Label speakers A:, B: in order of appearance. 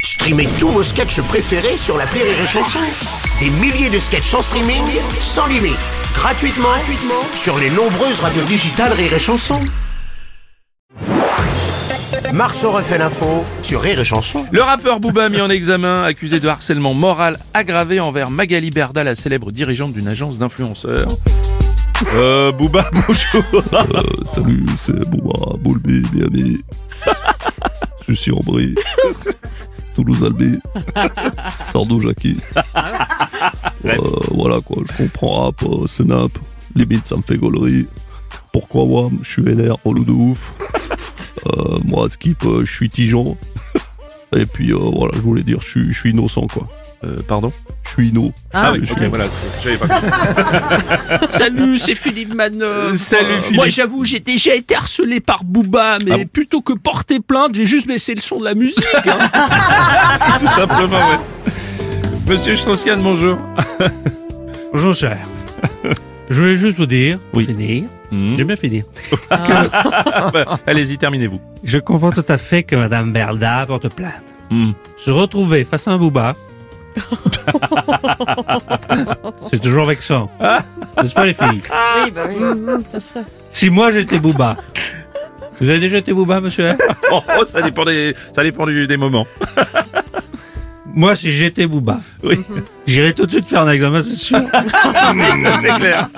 A: Streamez tous vos sketchs préférés sur la Rire et Chanson. Des milliers de sketchs en streaming, sans limite, gratuitement, gratuitement sur les nombreuses radios digitales Rire et Chanson. Marceau refait l'info sur Rire et Chanson.
B: Le rappeur Booba mis en examen, accusé de harcèlement moral aggravé envers Magali Berda, la célèbre dirigeante d'une agence d'influenceurs. Euh, Booba, bonjour
C: Salut, c'est Bouba, Boulbi, Miami. Sushi en brie. Toulouse Albi. Sardou Jackie. Euh, voilà quoi, je comprends rap, euh, snap. Limite, ça me fait gaulerie. Pourquoi WAM Je suis LR, relou de ouf. Euh, moi, Skip, euh, je suis Tigeon. Et puis euh, voilà, je voulais dire, je suis- je suis innocent quoi.
B: Euh, Pardon
C: Je suis inno.
B: Ah oui,
C: Je suis-
B: ok, voilà, j'avais pas compris.
D: Salut, c'est Philippe Manœuvre.
B: Euh, salut, Philippe. Ah
D: Moi, j'avoue, j'ai déjà été harcelé par Booba, mais plutôt que porter plainte, j'ai juste baissé le son de la musique. hein.
B: Tout simplement, ouais. Monsieur Strauss-Kahn, bonjour.
E: Bonjour cher. Je voulais juste vous dire,
B: Oui.
E: finir,
B: Mhm.
E: j'aime bien finir.
B: Bah, Allez-y, terminez-vous.
E: Je comprends tout à fait que Madame Berda porte plainte.
B: Mhm.
E: Se retrouver face à un booba, c'est toujours vexant. N'est-ce pas les filles
D: Ah,
F: Oui, bah oui.
E: Si moi j'étais booba, vous avez déjà été booba monsieur R
B: Oh, oh, ça dépend des, ça dépend du- des moments.
E: Moi si j'étais booba,
B: Oui,
E: j'irais tout de suite faire un examen, c'est sûr.
B: c'est clair.